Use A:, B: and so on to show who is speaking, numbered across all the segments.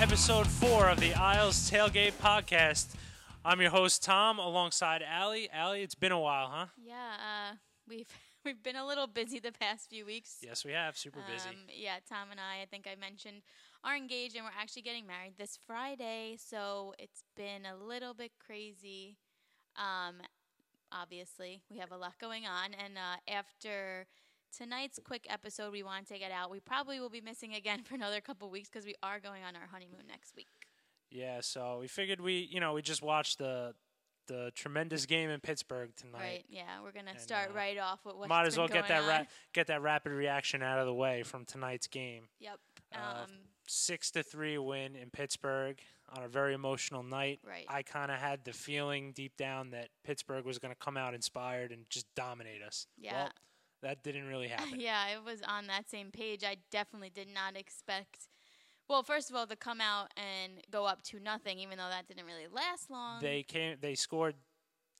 A: episode four of the Isles Tailgate Podcast. I'm your host Tom, alongside Allie. Allie, it's been a while, huh?
B: Yeah, uh, we've we've been a little busy the past few weeks.
A: Yes, we have. Super busy.
B: Um, yeah, Tom and I, I think I mentioned, are engaged and we're actually getting married this Friday. So it's been a little bit crazy. Um, obviously, we have a lot going on, and uh, after tonight's quick episode, we want to get out. We probably will be missing again for another couple weeks because we are going on our honeymoon next week.
A: yeah, so we figured we, you know, we just watched the the tremendous game in Pittsburgh tonight.
B: Right? Yeah, we're gonna start
A: uh,
B: right off with what
A: Might as well get that ra- get that rapid reaction out of the way from tonight's game.
B: Yep. Um,
A: Uh, Six to three win in Pittsburgh on a very emotional night.
B: Right.
A: I kind of had the feeling deep down that Pittsburgh was going to come out inspired and just dominate us.
B: Yeah.
A: Well, that didn't really happen.
B: Yeah, I was on that same page. I definitely did not expect. Well, first of all, to come out and go up to nothing, even though that didn't really last long.
A: They came. They scored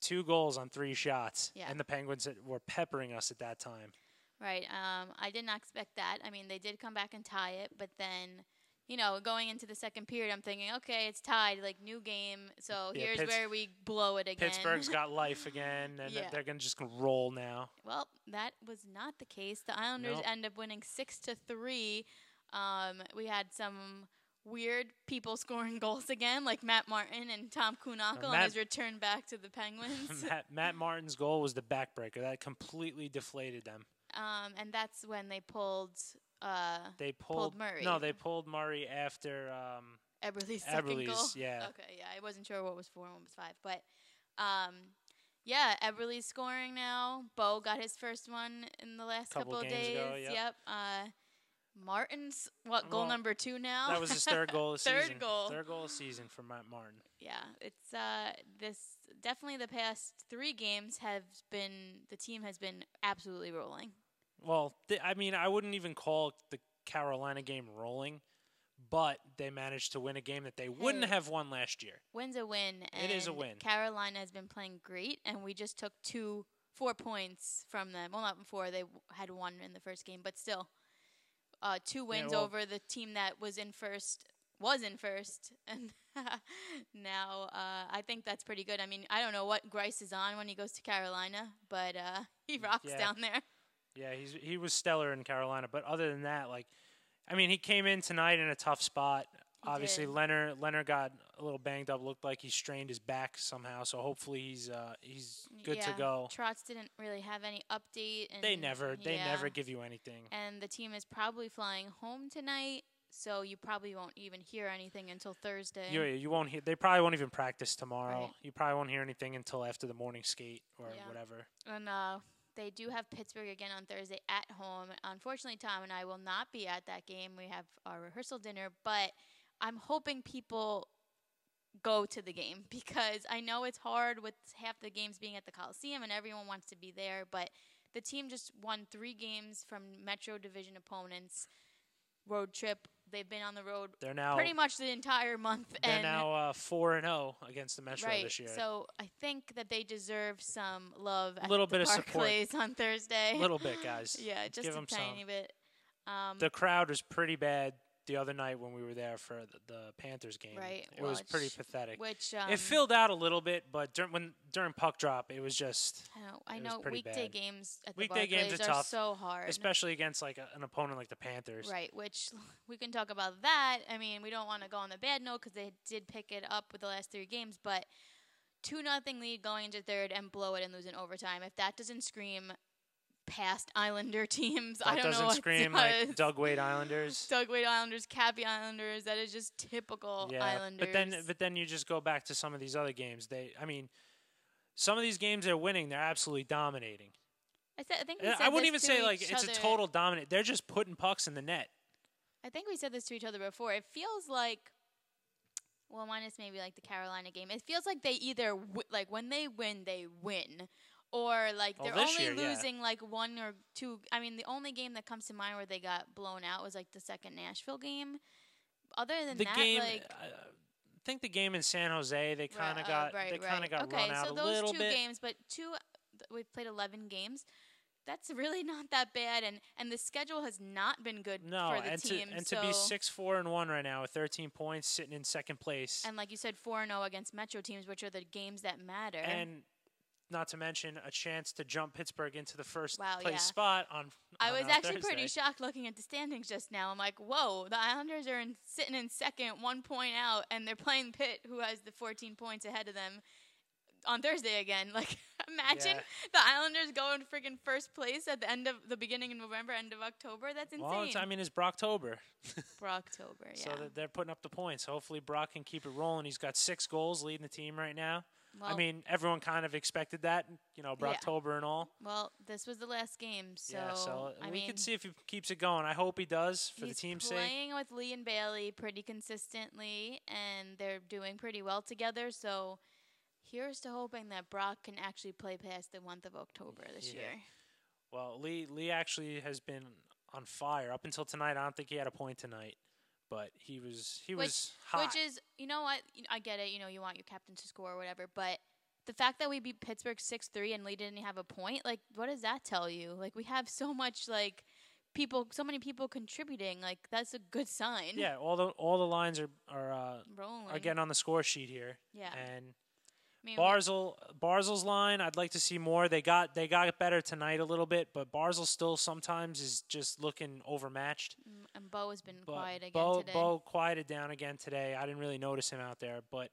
A: two goals on three shots,
B: Yeah.
A: and the Penguins were peppering us at that time.
B: right. Um, I did not expect that. I mean, they did come back and tie it, but then, you know, going into the second period, I'm thinking, okay, it's tied, like new game. So
A: Yeah,
B: here's
A: Pitts-
B: where we blow it again.
A: Pittsburgh's got life again, and
B: Yeah.
A: they're gonna just gonna roll now.
B: Well, that was not the case. The Islanders
A: Nope.
B: end up winning six to three. Um, we had some weird people scoring goals again, like Matt Martin and Tom Kunackle on
A: Matt-
B: his return back to the Penguins.
A: Matt, Matt Martin's goal was the backbreaker that completely deflated them.
B: um, and that's when they pulled uh,
A: They pulled,
B: Pulled Murray.
A: No, they pulled Murray after. Um,
B: Eberle's second goal.
A: Eberle's, yeah.
B: Okay, yeah, I wasn't sure what was four and what was five, but um, yeah, Eberle's scoring now. Bo got his first one in the last
A: Couple
B: couple, of
A: games
B: days.
A: ago, yep.
B: yep. Uh, Martin's what goal
A: Well,
B: number two now?
A: that was his third goal of
B: Third
A: season.
B: goal.
A: Third goal of season for Matt Martin.
B: yeah, it's uh, this definitely the past three games have been the team has been absolutely rolling.
A: Well, th- I mean, I wouldn't even call the Carolina game rolling, but they managed to win a game that they wouldn't
B: Hey.
A: have won last year.
B: Win's a win.
A: It
B: And
A: is a win.
B: Carolina has been playing great, and we just took two, four points from them. Well, not four. They w- had one in the first game, but still, uh, two wins
A: well-
B: over the team that was in first, was in first, and now uh, I think that's pretty good. I mean, I don't know what Grice is on when he goes to Carolina, but uh, he rocks
A: yeah.
B: down there.
A: Yeah, he's he was stellar in Carolina, but other than that, like, I mean, he came in tonight in a tough spot.
B: He
A: Obviously,
B: did.
A: Leonard Leonard got a little banged up. Looked like he strained his back somehow. So hopefully he's uh, he's good to
B: Yeah.
A: go.
B: Trotz didn't really have any update. And
A: They never they
B: yeah.
A: never give you anything.
B: and the team is probably flying home tonight, so you probably won't even hear anything until Thursday.
A: You you won't hear. They probably won't even practice tomorrow.
B: Right.
A: You probably won't hear anything until after the morning skate or
B: Yeah.
A: whatever.
B: and uh, they do have Pittsburgh again on Thursday at home. Unfortunately, Tom and I will not be at that game. We have our rehearsal dinner, but I'm hoping people go to the game because I know it's hard with half the games being at the Coliseum and everyone wants to be there, but the team just won three games from Metro Division opponents. Road trip. They've been on the road
A: They're now
B: pretty much the entire month.
A: They're
B: and
A: now uh, four and zero against the Metro
B: right.
A: this year.
B: So I think that they deserve some love. A
A: Little bit of support.
B: Barclays on Thursday.
A: a little bit, guys.
B: yeah, just
A: give
B: a
A: 'em
B: tiny
A: some.
B: bit. Um,
A: The crowd was pretty bad the other night when we were there for the, the Panthers game.
B: Right,
A: It was pretty
B: which-
A: pathetic.
B: which um,
A: it filled out a little bit, but during when during puck drop, it was just
B: I know, I
A: it was
B: know
A: pretty
B: weekday
A: bad.
B: games at
A: Weekday
B: the
A: games
B: Barclays
A: are
B: are,
A: tough,
B: so hard.
A: especially against like a, an opponent like the Panthers.
B: Right, which we can talk about that. I mean, we don't want to go on the bad note because they did pick it up with the last three games, but two nothing lead going into third and blow it and lose in overtime. If that doesn't scream past Islander teams,
A: That
B: I don't
A: doesn't
B: know what
A: scream
B: does.
A: like Doug Wade Islanders.
B: Doug Wade Islanders, Cappy Islanders. That is just typical Islanders.
A: But then but then you just go back to some of these other games. They I mean some of these games they're winning, they're absolutely dominating.
B: I, said, I think we
A: And
B: said
A: I wouldn't
B: this
A: even
B: to
A: say like
B: each
A: it's a
B: other-
A: total dominant. They're just putting pucks in the net.
B: I think we said this to each other before. It feels like, well, minus maybe like the Carolina game. It feels like they either w- like when they win, they win, or like
A: Oh,
B: they're
A: this
B: only
A: year, yeah.
B: losing like one or two. I mean, the only game that comes to mind where they got blown out was like the second Nashville game. Other than
A: the
B: that,
A: game
B: like
A: I I think the game in San Jose they
B: Right,
A: kind of
B: oh,
A: got
B: right,
A: they kind of
B: right.
A: got
B: okay,
A: run out
B: so
A: a
B: those
A: little
B: two
A: bit.
B: games, but two th- we've played 11 games. that's really not that bad, and and the schedule has not been good
A: No,
B: for the
A: and
B: team.
A: to and
B: so
A: to be six four and one right now with thirteen points, sitting in second place,
B: and like you said, four and zero against Metro teams, which are the games that matter.
A: and not to mention a chance to jump Pittsburgh into the first
B: Wow,
A: place
B: yeah.
A: spot on.
B: I
A: on,
B: was
A: uh,
B: actually pretty
A: Thursday.
B: shocked looking at the standings just now. I'm like, whoa, the Islanders are in, sitting in second, one point out, and they're playing Pitt, who has the 14 points ahead of them on Thursday again. Like, imagine
A: Yeah.
B: the Islanders going freaking first place at the end of the beginning of November, end of October. That's insane.
A: Well, it's- I mean, it's Brocktober,
B: For October, yeah.
A: so that they're putting up the points. Hopefully, Brock can keep it rolling. He's got six goals leading the team right now.
B: well,
A: I mean, everyone kind of expected that, you know,
B: Yeah.
A: Brocktober and all.
B: well, this was the last game, so,
A: yeah, so
B: I
A: we
B: mean,
A: can see if he keeps it going. I hope he does for the
B: he's
A: team's sake.
B: playing with Lee and Bailey pretty consistently, and they're doing pretty well together. So here's to hoping that Brock can actually play past the month of October this
A: Yeah.
B: year.
A: Well, Lee Lee actually has been on fire up until tonight. I don't think he had a point tonight, but he was he
B: Which-
A: was hot.
B: Which is, you know what? You know, I get it. You know, you want your captain to score or whatever, but the fact that we beat Pittsburgh 6 3 and Lee didn't have a point, like, what does that tell you? Like, we have so much, like, people, so many people contributing. Like, that's a good sign.
A: yeah, all the all the lines are are uh,
B: Rolling.
A: are getting on the score sheet here,
B: yeah.
A: and
B: I mean, we-
A: Barzil Barzil's line. I'd like to see more. They got they got better tonight a little bit, but Barzil still sometimes is just looking overmatched.
B: mm, and Bo has been
A: But
B: quiet again
A: Bo,
B: today.
A: Bo quieted down again today. I didn't really notice him out there, but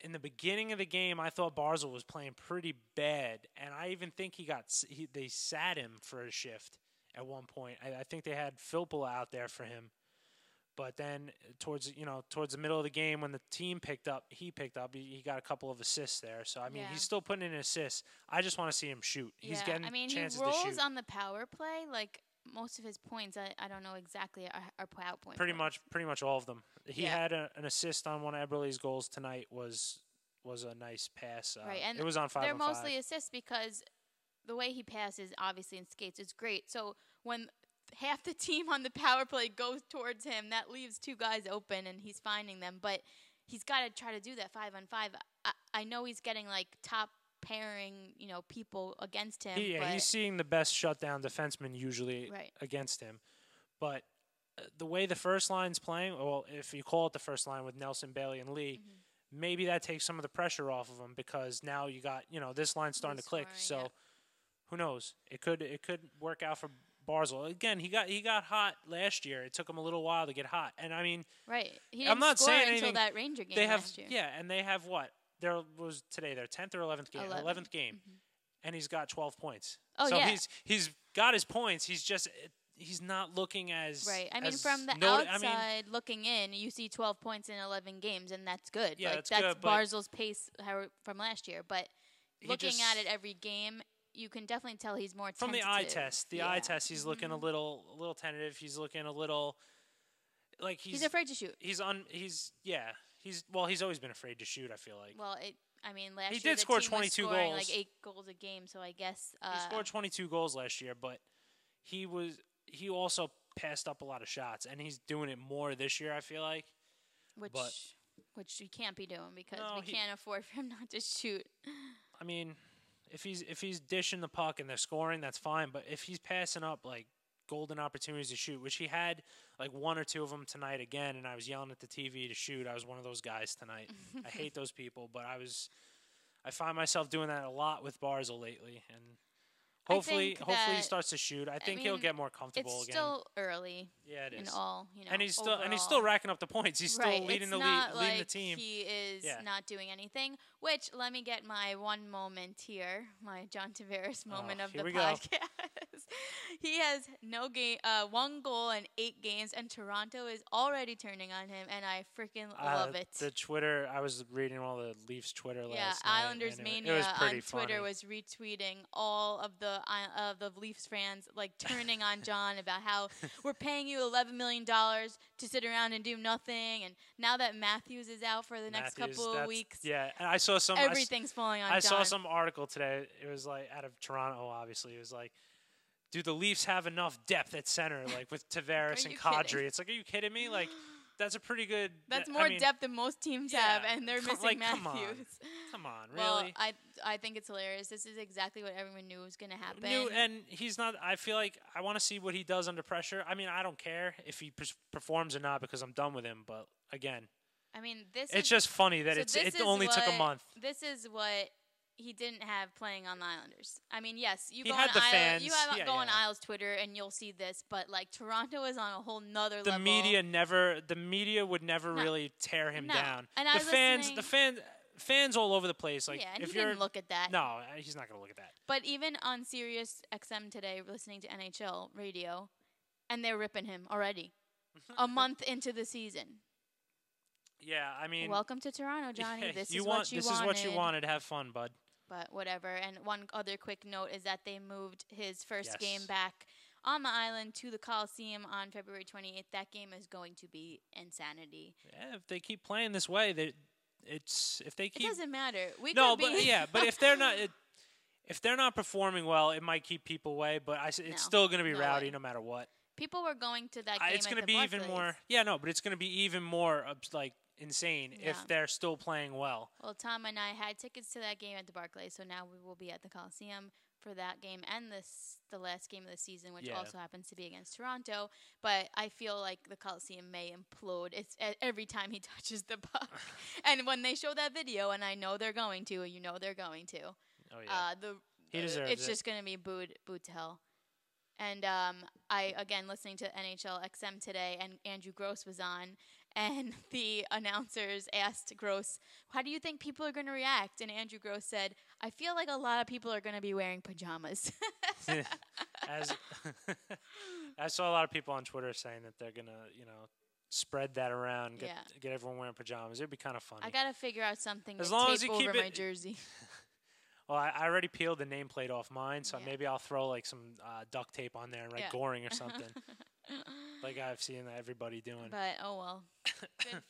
A: in the beginning of the game, I thought Barzil was playing pretty bad, and I even think he got s- he, they sat him for a shift at one point. I, I think they had Philpola out there for him, but then towards you know towards the middle of the game when the team picked up, he picked up. He, he got a couple of assists there, so I mean
B: Yeah.
A: he's still putting in assists. I just want to see him shoot. He's
B: yeah,
A: getting
B: I mean,
A: chances
B: he rolls
A: to shoot.
B: on the power play. Like most of his points, I, I don't know exactly are, are power points.
A: pretty much pretty much all of them. He
B: Yeah.
A: had a, an assist on one of Eberle's goals tonight. Was was a nice pass. Uh,
B: Right, and
A: it was on 5
B: They're
A: on
B: mostly
A: five.
B: assists because the way he passes, obviously, and skates is great. So when half the team on the power play goes towards him, that leaves two guys open, and he's finding them. But he's got to try to do that five on five. I, I know he's getting like top pairing, you know, people against him.
A: He- yeah,
B: but
A: he's seeing the best shutdown defenseman usually
B: Right.
A: against him, but uh, the way the first line's playing, well, if you call it the first line with Nelson Bailey and Lee.
B: Mm-hmm.
A: Maybe that takes some of the pressure off of him because now you got you know this line's starting
B: He's
A: to click.
B: scoring, yeah.
A: So who knows? It could it could work out for Barzil again. He got he got hot last year. It took him a little while to get hot, and I mean
B: right. He didn't
A: I'm not
B: score
A: saying
B: until
A: anything.
B: that Ranger game
A: they have
B: last year.
A: yeah, and they have what? There was today their tenth or eleventh game,
B: 11th.
A: eleventh game, and he's got twelve points.
B: Mm-hmm. Oh,
A: so
B: yeah.
A: he's he's got his points. He's just eh, he's not looking as
B: Right. I mean,
A: as
B: from the
A: noti-
B: outside
A: I mean,
B: looking in, you see 12 points in 11 games, and that's good.
A: Yeah,
B: like,
A: that's
B: that's
A: good, but-
B: Barzil's pace how, from last year. But
A: he
B: looking at
A: just-
B: it every game, you can definitely tell he's more
A: from the eye
B: tentative.
A: test. The
B: Yeah. Mm-hmm.
A: eye test, he's looking a little a little tentative. He's looking a little like
B: He's,
A: he's
B: afraid to shoot.
A: he's on he's yeah he's well he's always been afraid to shoot. I feel like
B: Well, it. I mean, last
A: He
B: year
A: did
B: the
A: score
B: team
A: 22
B: was scoring
A: goals.
B: like eight goals a game, so I guess uh,
A: he scored 22 goals last year, but he was he also passed up a lot of shots, and he's doing it more this year. I feel like.
B: which which we can't be doing because
A: No,
B: we
A: he-
B: can't afford for him not to shoot.
A: I mean, if he's if he's dishing the puck and they're scoring, that's fine. But if he's passing up like golden opportunities to shoot, which he had like one or two of them tonight again, and I was yelling at the TV to shoot. I was one of those guys tonight. I hate those people, but I was. I find myself doing that a lot with Barzil lately, and
B: I
A: hopefully,
B: think
A: hopefully he
B: that-
A: starts to shoot. I think he'll
B: mean,
A: get more
B: It's
A: comfortable again.
B: still early
A: yeah, it
B: in
A: is.
B: all, you know.
A: and he's still and he's
B: overall.
A: still racking up the points. He's still
B: right.
A: leading
B: it's
A: the lead,
B: not like
A: leading the team.
B: He is
A: Yeah.
B: not doing anything. Which let me get my one moment here, my John Tavares moment
A: Oh,
B: of
A: here
B: the
A: we go.
B: podcast. he has no game, uh, one goal in eight games, and Toronto is already turning on him, and I freaking
A: Uh,
B: love it.
A: The Twitter, I was reading all the Leafs Twitter last
B: yeah,
A: night.
B: Islanders
A: and it wa-
B: Mania
A: it was
B: on
A: pretty
B: Twitter
A: funny.
B: was retweeting all of the I- of the Leafs fans like turning on John about how we're paying you 11 million dollars to sit around and do nothing, and now that Matthews is out for the next
A: Matthews,
B: couple of
A: that's-
B: weeks,
A: Yeah, and I saw some. I s-
B: everything's falling on
A: I,
B: John.
A: saw some article today. It was like out of Toronto, obviously. It was like, do the Leafs have enough depth at center, like with Tavares
B: you
A: and
B: kidding?
A: Kadri? It's like, are you kidding me? Like, that's a pretty good.
B: That's
A: I
B: more
A: mean,
B: depth than most teams have,
A: yeah,
B: and they're
A: come-
B: missing
A: like, come on.
B: Matthews.
A: Come on, really.
B: Well, uh, I I think it's hilarious. This is exactly what everyone knew was going to happen.
A: New, and he's not. I feel like I want to see what he does under pressure. I mean, I don't care if he pers- performs or not because I'm done with him. But again,
B: I mean, this
A: it's
B: is
A: just funny that
B: so
A: it's
B: this
A: it
B: is
A: only took a
B: what-
A: month.
B: This is what he didn't have playing on the Islanders. I mean, yes, you
A: He
B: go
A: had
B: on
A: the
B: Isle, you
A: fans.
B: have,
A: Yeah,
B: go on
A: yeah.
B: Isles Twitter and you'll see this, but like Toronto is on a whole nother
A: The
B: level.
A: media never. The media would never
B: No.
A: really tear him
B: No.
A: down.
B: And
A: the
B: I was
A: fans, the
B: listening-
A: fans, fans all over the place. Like
B: yeah, and
A: if
B: he
A: you're
B: didn't look at that.
A: no, uh, he's not gonna look at that.
B: But even on Sirius XM today, listening to NHL radio, and they're ripping him already. a month into the season.
A: Yeah, I mean,
B: Welcome to Toronto, Johnny.
A: yeah,
B: This
A: you
B: is
A: want
B: what you
A: this
B: wanted.
A: is what you wanted. Have fun, bud.
B: but whatever. And one other quick note is that they moved his first game
A: Yes.
B: back on the island to the Coliseum on February 28th. That game is going to be insanity.
A: Yeah, if they keep playing this way, they it's if they
B: it
A: keep
B: doesn't matter. We
A: no,
B: could be
A: but yeah, but if they're not it, if they're not performing well, it might keep people away. But I s it's
B: No,
A: still going to be
B: no
A: rowdy
B: way.
A: no matter what.
B: people were going to that game.
A: I, it's
B: going to
A: be even more. Yeah, no, but it's going to be even more obs- like insane
B: Yeah.
A: if they're still playing well.
B: Well, Tom and I had tickets to that game at the Barclays, so now we will be at the Coliseum for that game and this the last game of the season, which
A: Yeah.
B: also happens to be against Toronto. But I feel like the Coliseum may implode. It's e- every time he touches the puck, and when they show that video, and I know they're going to, you know they're going to.
A: Oh yeah,
B: Uh, the
A: He
B: uh,
A: deserves
B: it's
A: it.
B: just gonna be booed booed to hell. And um, I again listening to NHL XM today, and Andrew Gross was on, and the announcers asked Gross, "How do you think people are gonna react?" And Andrew Gross said, "I feel like a lot of people are gonna be wearing pajamas."
A: as I saw a lot of people on Twitter saying that they're going to you know spread that around, get
B: Yeah.
A: get everyone wearing pajamas. It'd be kind of funny.
B: I gotta figure out something
A: As
B: to
A: long
B: tape
A: as you
B: over
A: keep
B: my
A: it-
B: jersey.
A: Well, I, I already peeled the nameplate off mine, so
B: Yeah.
A: maybe I'll throw like some uh, duct tape on there and write
B: Yeah.
A: Goring or something, like I've seen everybody doing.
B: But oh well, Good.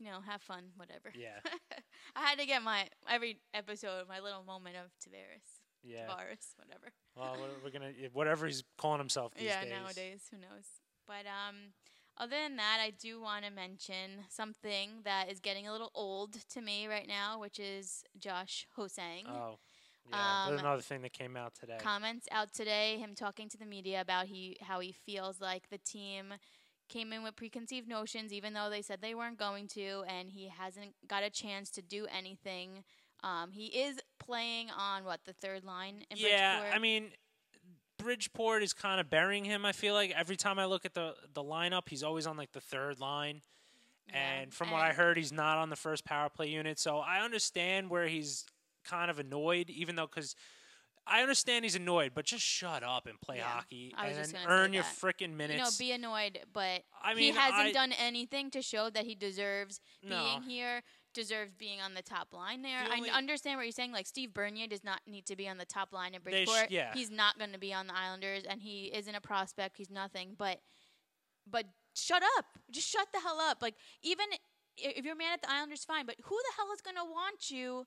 B: you know, have fun, whatever.
A: Yeah.
B: I had to get my every episode my little moment of Tavares.
A: yeah.
B: Tavares, whatever.
A: Well, we're, we're gonna yeah, whatever he's calling himself these
B: yeah,
A: days.
B: nowadays, who knows? But um, other than that, I do want to mention something that is getting a little old to me right now, which is Josh Hosang.
A: Oh, yeah.
B: Mm-hmm. Um,
A: There's another thing that came out today.
B: Comments out today, him talking to the media about he how he feels like the team came in with preconceived notions, even though they said they weren't going to, and he hasn't got a chance to do anything. Um, he is playing on what the third line in
A: yeah,
B: Bridgeport.
A: I mean, Bridgeport is kind of burying him. I feel like every time I look at the the lineup, he's always on like the third line.
B: Yeah,
A: And from what I
B: and-
A: heard, he's not on the first power play unit. So I understand where he's kind of annoyed, even though because I understand he's annoyed, but just shut up and play
B: Yeah,
A: holdey
B: I was
A: and
B: just
A: then
B: gonna say
A: earn your
B: that.
A: freaking
B: you know,
A: minutes.
B: be annoyed, but
A: I
B: he
A: mean,
B: hasn't
A: I-
B: done anything to show that he deserves
A: No.
B: being here, deserves being on the top line there.
A: The
B: I
A: only-
B: understand what you're saying. Like Steve Bernier does not need to be on the top line in
A: They sh-
B: Bridgeport.
A: yeah.
B: He's not going to be on the Islanders, and he isn't a prospect. He's nothing. But but shut up. Just shut the hell up. Like even i- if you're mad at the Islanders, fine. But who the hell is going to want you?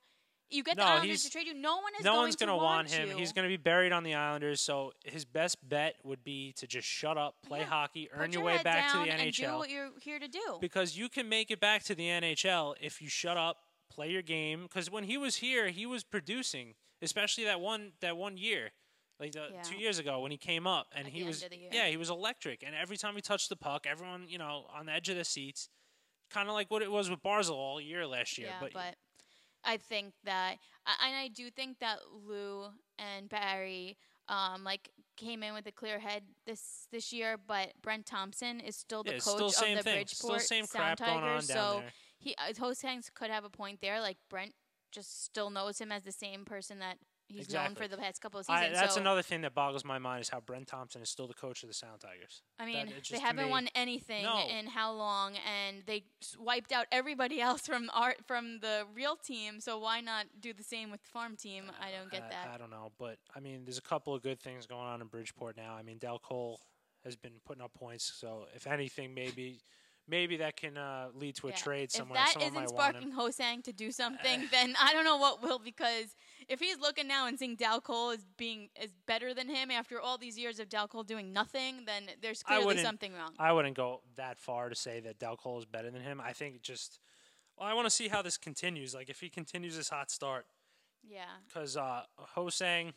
B: You get
A: No,
B: the Islanders
A: he's-
B: to trade you. No one is.
A: no
B: going
A: one's
B: to
A: gonna want him.
B: you.
A: He's going to be buried on the Islanders. So his best bet would be to just shut up, play
B: Yeah.
A: hockey,
B: Put
A: earn your,
B: your
A: way
B: head
A: back to
B: down
A: the
B: and
A: NHL.
B: Do what you're here to do.
A: because you can make it back to the NHL if you shut up, play your game. Because when he was here, he was producing, especially that one that one year, like the,
B: Yeah.
A: two years ago when he came up and
B: At
A: he
B: the end
A: was
B: of the year.
A: yeah he was electric. And every time he touched the puck, everyone you know on the edge of the seats, kind of like what it was with Barzal all year last year.
B: Yeah,
A: but,
B: but, I think that, I- and I do think that Lou and Barry, um, like came in with a clear head this this year. But Brent Thompson is still the
A: yeah,
B: coach
A: it's still same
B: of the
A: thing, still
B: Bridgeport
A: same
B: Sound
A: crap
B: Tigers,
A: going on
B: so
A: down there.
B: he uh, Hosangs could have a point there. Like Brent just still knows him as the same person that he's known
A: Exactly.
B: for the past couple of
A: I,
B: seasons.
A: that's
B: so
A: another thing that boggles my mind is how Brent Thompson is still the coach of the Sound Tigers.
B: I mean,
A: it just
B: they
A: to
B: haven't
A: me-
B: won anything
A: No.
B: in how long, and they s- wiped out everybody else from art from the real team. So why not do the same with the farm team? I don't get that.
A: I don't know, but I mean, there's a couple of good things going on in Bridgeport now. I mean, Del Cole has been putting up points, so if anything, maybe maybe that can uh, lead to a
B: Yeah.
A: trade
B: If
A: somewhere.
B: that
A: Someone
B: not
A: might want him.
B: sparking Hosang to do something, then I don't know what will. Because if he's looking now and seeing Dal Cole is being is better than him after all these years of Dal Cole doing nothing, then there's
A: I
B: clearly
A: wouldn't-
B: something wrong.
A: I wouldn't go that far to say that Del Cole is better than him. I think it just. Well, I want to see how this continues. Like if he continues this hot start,
B: yeah,
A: because uh, Hosang,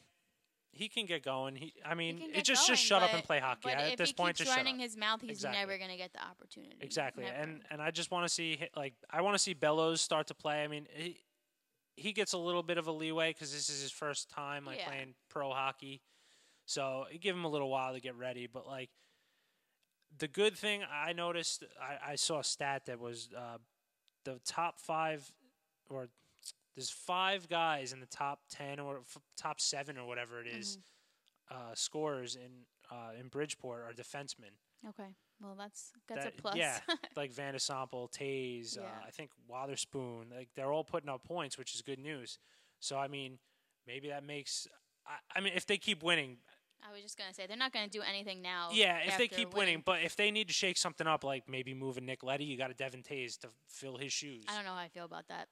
A: he can get going. He, I
B: He
A: mean,
B: can
A: it
B: get
A: just just
B: going,
A: shut up
B: but-
A: and play hockey.
B: But
A: I-
B: if
A: At this
B: he
A: point,
B: keeps
A: just shut up.
B: running his mouth, he's
A: Exactly.
B: never going to get the opportunity.
A: Exactly,
B: Never.
A: and and I just want to see hi- like I want to see Bellows start to play. I mean, he he gets a little bit of a leeway because this is his first time like
B: Yeah.
A: playing pro hockey, so give him a little while to get ready. But like the good thing I noticed, I, I saw a stat that was uh, the top five or there's five guys in the top ten or f- top seven or whatever it is,
B: Mm-hmm.
A: uh, scorers in uh, in Bridgeport are defensemen
B: okay, well that's that's
A: that-
B: a plus.
A: yeah. like Van de Sample, Taze,
B: Yeah.
A: uh, I think Watherspoon, like they're all putting up points, which is good news. So I mean, maybe that makes. I, I mean, if they keep winning,
B: I was just gonna say they're not gonna do anything now.
A: yeah, if they
B: after
A: keep winning, but if they need to shake something up, like maybe moving Nick Letty, you got a Devin Taze to fill his shoes.
B: I don't know how I feel about that.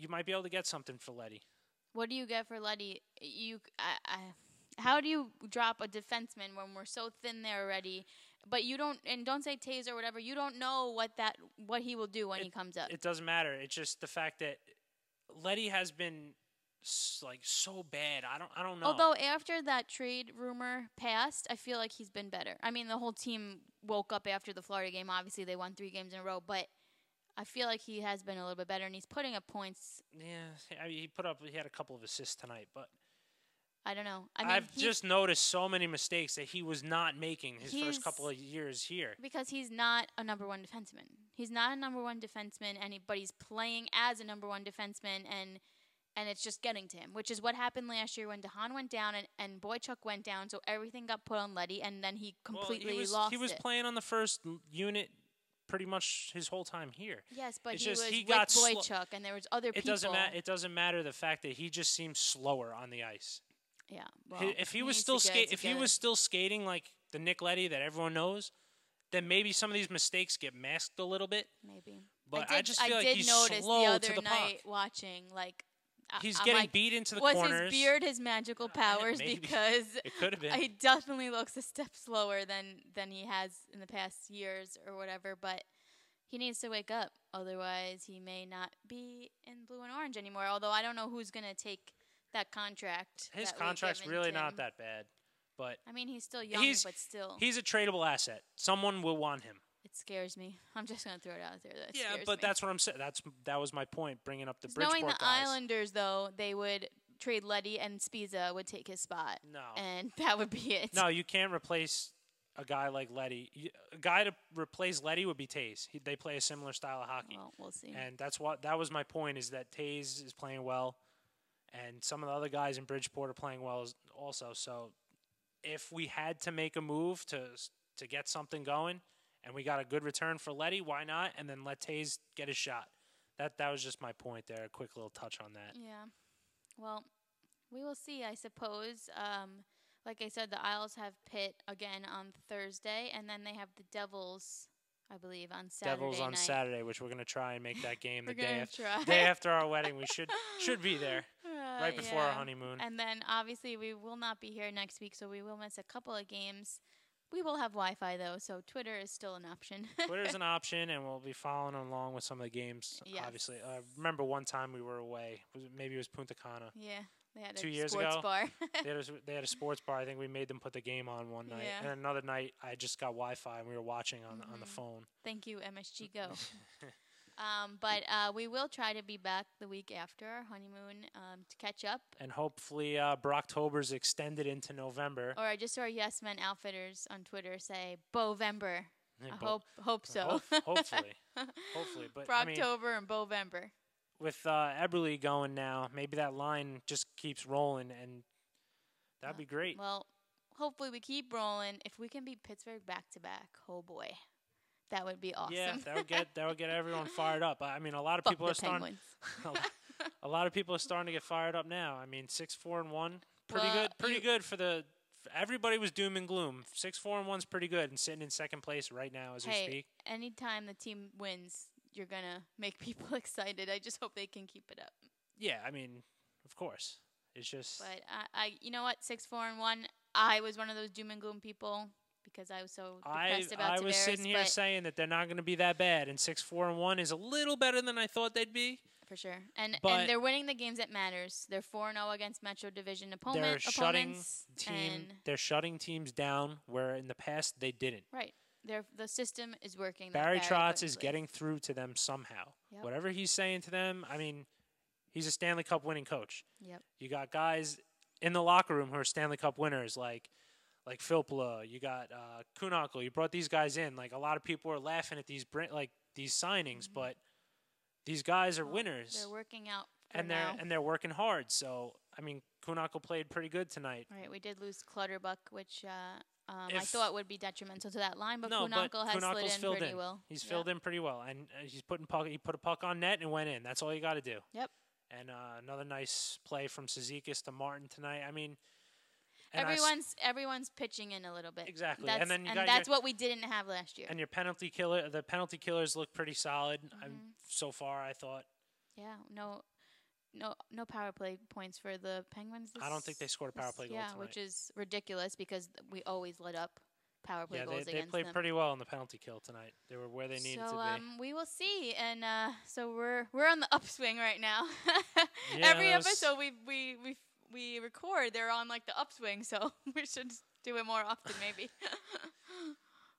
A: You might be able to get something for Letty.
B: What do you get for Letty? You, I, I, how do you drop a defenseman when we're so thin there already? But you don't, and don't say taser or whatever. You don't know what that what he will do when he comes up.
A: It doesn't matter. It's just the fact that Letty has been s- like so bad. I don't. I don't know.
B: Although after that trade rumor passed, I feel like he's been better. I mean, the whole team woke up after the Florida game. Obviously, they won three games in a row, but I feel like he has been a little bit better, and he's putting up points.
A: yeah, I mean, he put up. He had a couple of assists tonight, but
B: I don't know. I
A: I
B: mean,
A: have
B: he's-
A: just noticed so many mistakes that he was not making his
B: He's-
A: first couple of years here.
B: Because he's not a number one defenseman. He's not a number one defenseman, and he, but he's playing as a number one defenseman, and and it's just getting to him, which is what happened last year when Dehan went down and, and Boychuk went down, so everything got put on Letty, and then he completely
A: well, he was,
B: lost
A: He was
B: it.
A: playing on the first l- unit pretty much his whole time here.
B: yes, but
A: it's
B: he
A: just
B: was
A: he
B: with
A: got slo-
B: Boychuk, and there was other
A: It
B: people.
A: doesn't matter. It doesn't matter the fact that he just seems slower on the ice.
B: yeah,
A: Hi-
B: well,
A: if he was
B: needs to
A: still
B: get
A: skate,
B: it
A: if he
B: together.
A: was still skating like the Nick Letty that everyone knows, then maybe some of these mistakes get masked a little bit.
B: maybe.
A: But
B: I, did,
A: just feel
B: I
A: like
B: did
A: he's
B: notice
A: slow
B: the other
A: to the
B: night
A: puck.
B: watching, like I-
A: He's
B: I'm
A: getting
B: like,
A: beat into the
B: was
A: corners.
B: his beard his magical powers
A: maybe.
B: because
A: It could have been.
B: he definitely looks a step slower than than he has in the past years or whatever but he needs to wake up otherwise he may not be in blue and orange anymore although i don't know who's going to take that contract
A: his
B: that we've
A: contract's
B: given
A: really
B: him.
A: not that bad, but
B: i mean he's still young
A: He's-
B: but still
A: he's a tradable asset. Someone will want him.
B: it scares me i'm just going to throw it out there that
A: Yeah,
B: scares
A: but
B: me.
A: that's what I'm saying. That's that was my point, bringing up the
B: 'Cause
A: Bridgeport
B: knowing the
A: guys.
B: islanders though they would trade letty and spiza would take his spot
A: No,
B: and that would be it
A: no, you can't replace a guy like Letty. You- A guy to replace Letty would be Taze. He, they play a similar style of hockey,
B: well, we'll see
A: and that's what that was my point. Is that Taze is playing well, and some of the other guys in Bridgeport are playing well as, also. So, if we had to make a move to s- to get something going, and we got a good return for Letty, why not? And then let Taze get his shot. That that was just my point there. A quick little touch on that.
B: Yeah. Well, we will see, I suppose. Um, like I said, the Isles have Pitt again on Thursday, and then they have the Devils, I believe, on Saturday
A: Devils on
B: night.
A: Saturday, which we're gonna try and make that game
B: We're
A: the day
B: gonna
A: after,
B: try.
A: day after our wedding. We should should be there
B: Uh,
A: right before our
B: yeah.
A: honeymoon.
B: And then obviously we will not be here next week, so we will miss a couple of games. We will have Wi-Fi though, so Twitter is still an option.
A: Twitter's an option, and we'll be following along with some of the games.
B: Yes.
A: Obviously, I remember one time we were away. Was it- Maybe it was Punta Cana.
B: yeah, they had a
A: Two years
B: sports
A: ago,
B: bar.
A: They had, a, they had a sports bar. I think we made them put the game on one night,
B: Yeah.
A: and another night I just got Wi-Fi and we were watching on on the
B: Mhm.
A: phone.
B: Thank you, MSG Go. um, but uh, we will try to be back the week after our honeymoon um, to catch up.
A: And hopefully, uh, Brocktober's extended into November.
B: Or I just saw Yes Men Outfitters on Twitter say Bovember. I
A: But-
B: hope hope so.
A: hope- hopefully, hopefully, but I mean-
B: Brocktober and Bovember.
A: with uh, Eberle going now, maybe that line just keeps rolling, and that'd be great.
B: Well, hopefully we keep rolling. If we can beat Pittsburgh back to back, oh boy, that would be awesome.
A: Yeah, that would get that would get everyone fired up. I mean, a lot of
B: Fuck
A: people
B: the
A: are starting.
B: Penguins.
A: a lot of people are starting to get fired up now. I mean, six, four, and one, pretty
B: Well,
A: good, pretty
B: you-
A: good for the everybody was doom and gloom. Six four and one's pretty good, and sitting in second place right now as we
B: hey,
A: speak.
B: anytime the team wins, you're gonna make people excited. I just hope they can keep it up.
A: Yeah, I mean, of course. It's just
B: But I, I you know what, six, four, and one. I was one of those doom and gloom people because I was so
A: I
B: depressed about
A: I was
B: Tavares,
A: sitting here
B: but
A: saying that they're not going to be that bad, and six four and one is a little better than I thought they'd be.
B: for sure. And
A: but-
B: and they're winning the games that matters. They're four zero against Metro Division opponent
A: They're shutting
B: opponents.
A: team.
B: and
A: They're shutting teams down where in the past they didn't.
B: right, their the system is working. that
A: Barry Trotz
B: put in
A: is
B: place.
A: getting through to them somehow.
B: Yep.
A: Whatever he's saying to them, I mean, he's a Stanley Cup winning coach.
B: Yep.
A: You got guys in the locker room who are Stanley Cup winners, like like Philpula. You got uh, Kunackle. You brought these guys in. Like a lot of people are laughing at these br- like these signings, but these guys are
B: Mm-hmm. Well,
A: winners,
B: They're working out. For
A: and they're
B: now.
A: and they're working hard. So I mean, Kunackle played pretty good tonight.
B: Right, we did lose Clutterbuck, which uh, um, I
A: If-
B: thought would be detrimental to that line, but
A: no,
B: Kunal
A: but
B: has slid
A: Kunackle's
B: in
A: filled
B: pretty
A: in.
B: well.
A: He's filled in pretty well, and uh, he's putting puck. He put a puck on net and went in. That's all you got to do.
B: Yep.
A: And uh, another nice play from Sezikis to Martin tonight. I mean, and I s-
B: Everyone's everyone's pitching in a little bit.
A: Exactly, and
B: that's,
A: then you got
B: that's
A: your-
B: what we didn't have last year.
A: and your penalty killer. The penalty killers look pretty solid. I'm
B: Mhm.
A: so far. I thought.
B: yeah, no, no, no power play points for the Penguins. This,
A: I don't think they scored a power
B: this-
A: play goal
B: Yeah,
A: tonight.
B: which is ridiculous because th- we always let up power play
A: yeah,
B: goals
A: they, they
B: against
A: played
B: them.
A: pretty well on the penalty kill tonight. They were where they needed
B: so
A: to be.
B: um, we will see, and uh, so we're we're on the upswing right now.
A: Yeah,
B: Every
A: that was-
B: episode we we we we record, they're on like the upswing, so we should do it more often, maybe.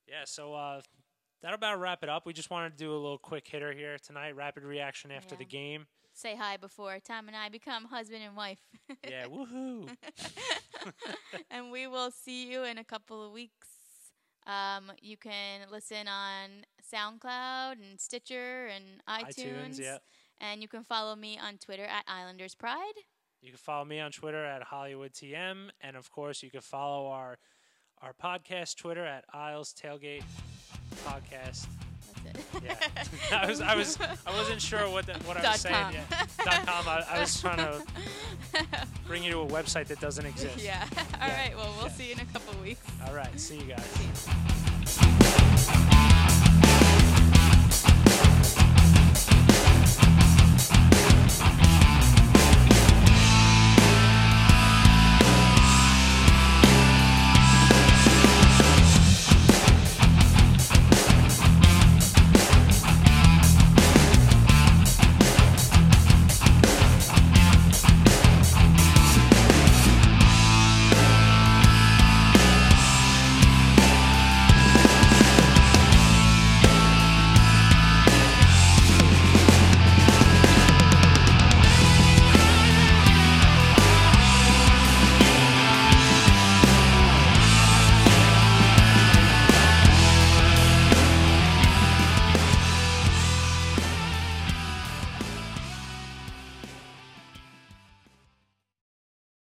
A: Yeah, so uh, that'll about wrap it up. We just wanted to do a little quick hitter here tonight. Rapid reaction after
B: Yeah.
A: the game.
B: Say hi before Tom and I become husband and wife,
A: Yeah, woohoo!
B: and we will see you in a couple of weeks. Um, you can listen on SoundCloud and Stitcher and
A: iTunes,
B: iTunes,
A: yeah.
B: and you can follow me on Twitter at Islanders Pride.
A: You can follow me on Twitter at HollywoodTM, and of course, you can follow our our podcast Twitter at Isles Tailgate Podcast.
B: That's it.
A: Yeah, I was I was I wasn't sure what the, what I
B: Dot
A: was saying.
B: com.
A: Yeah. Dot com. I, I was trying to bring you to a website that doesn't exist.
B: yeah. All right.
A: Yeah.
B: Well, we'll
A: Yeah.
B: see you in a couple weeks.
A: All right. See you guys.
B: Peace.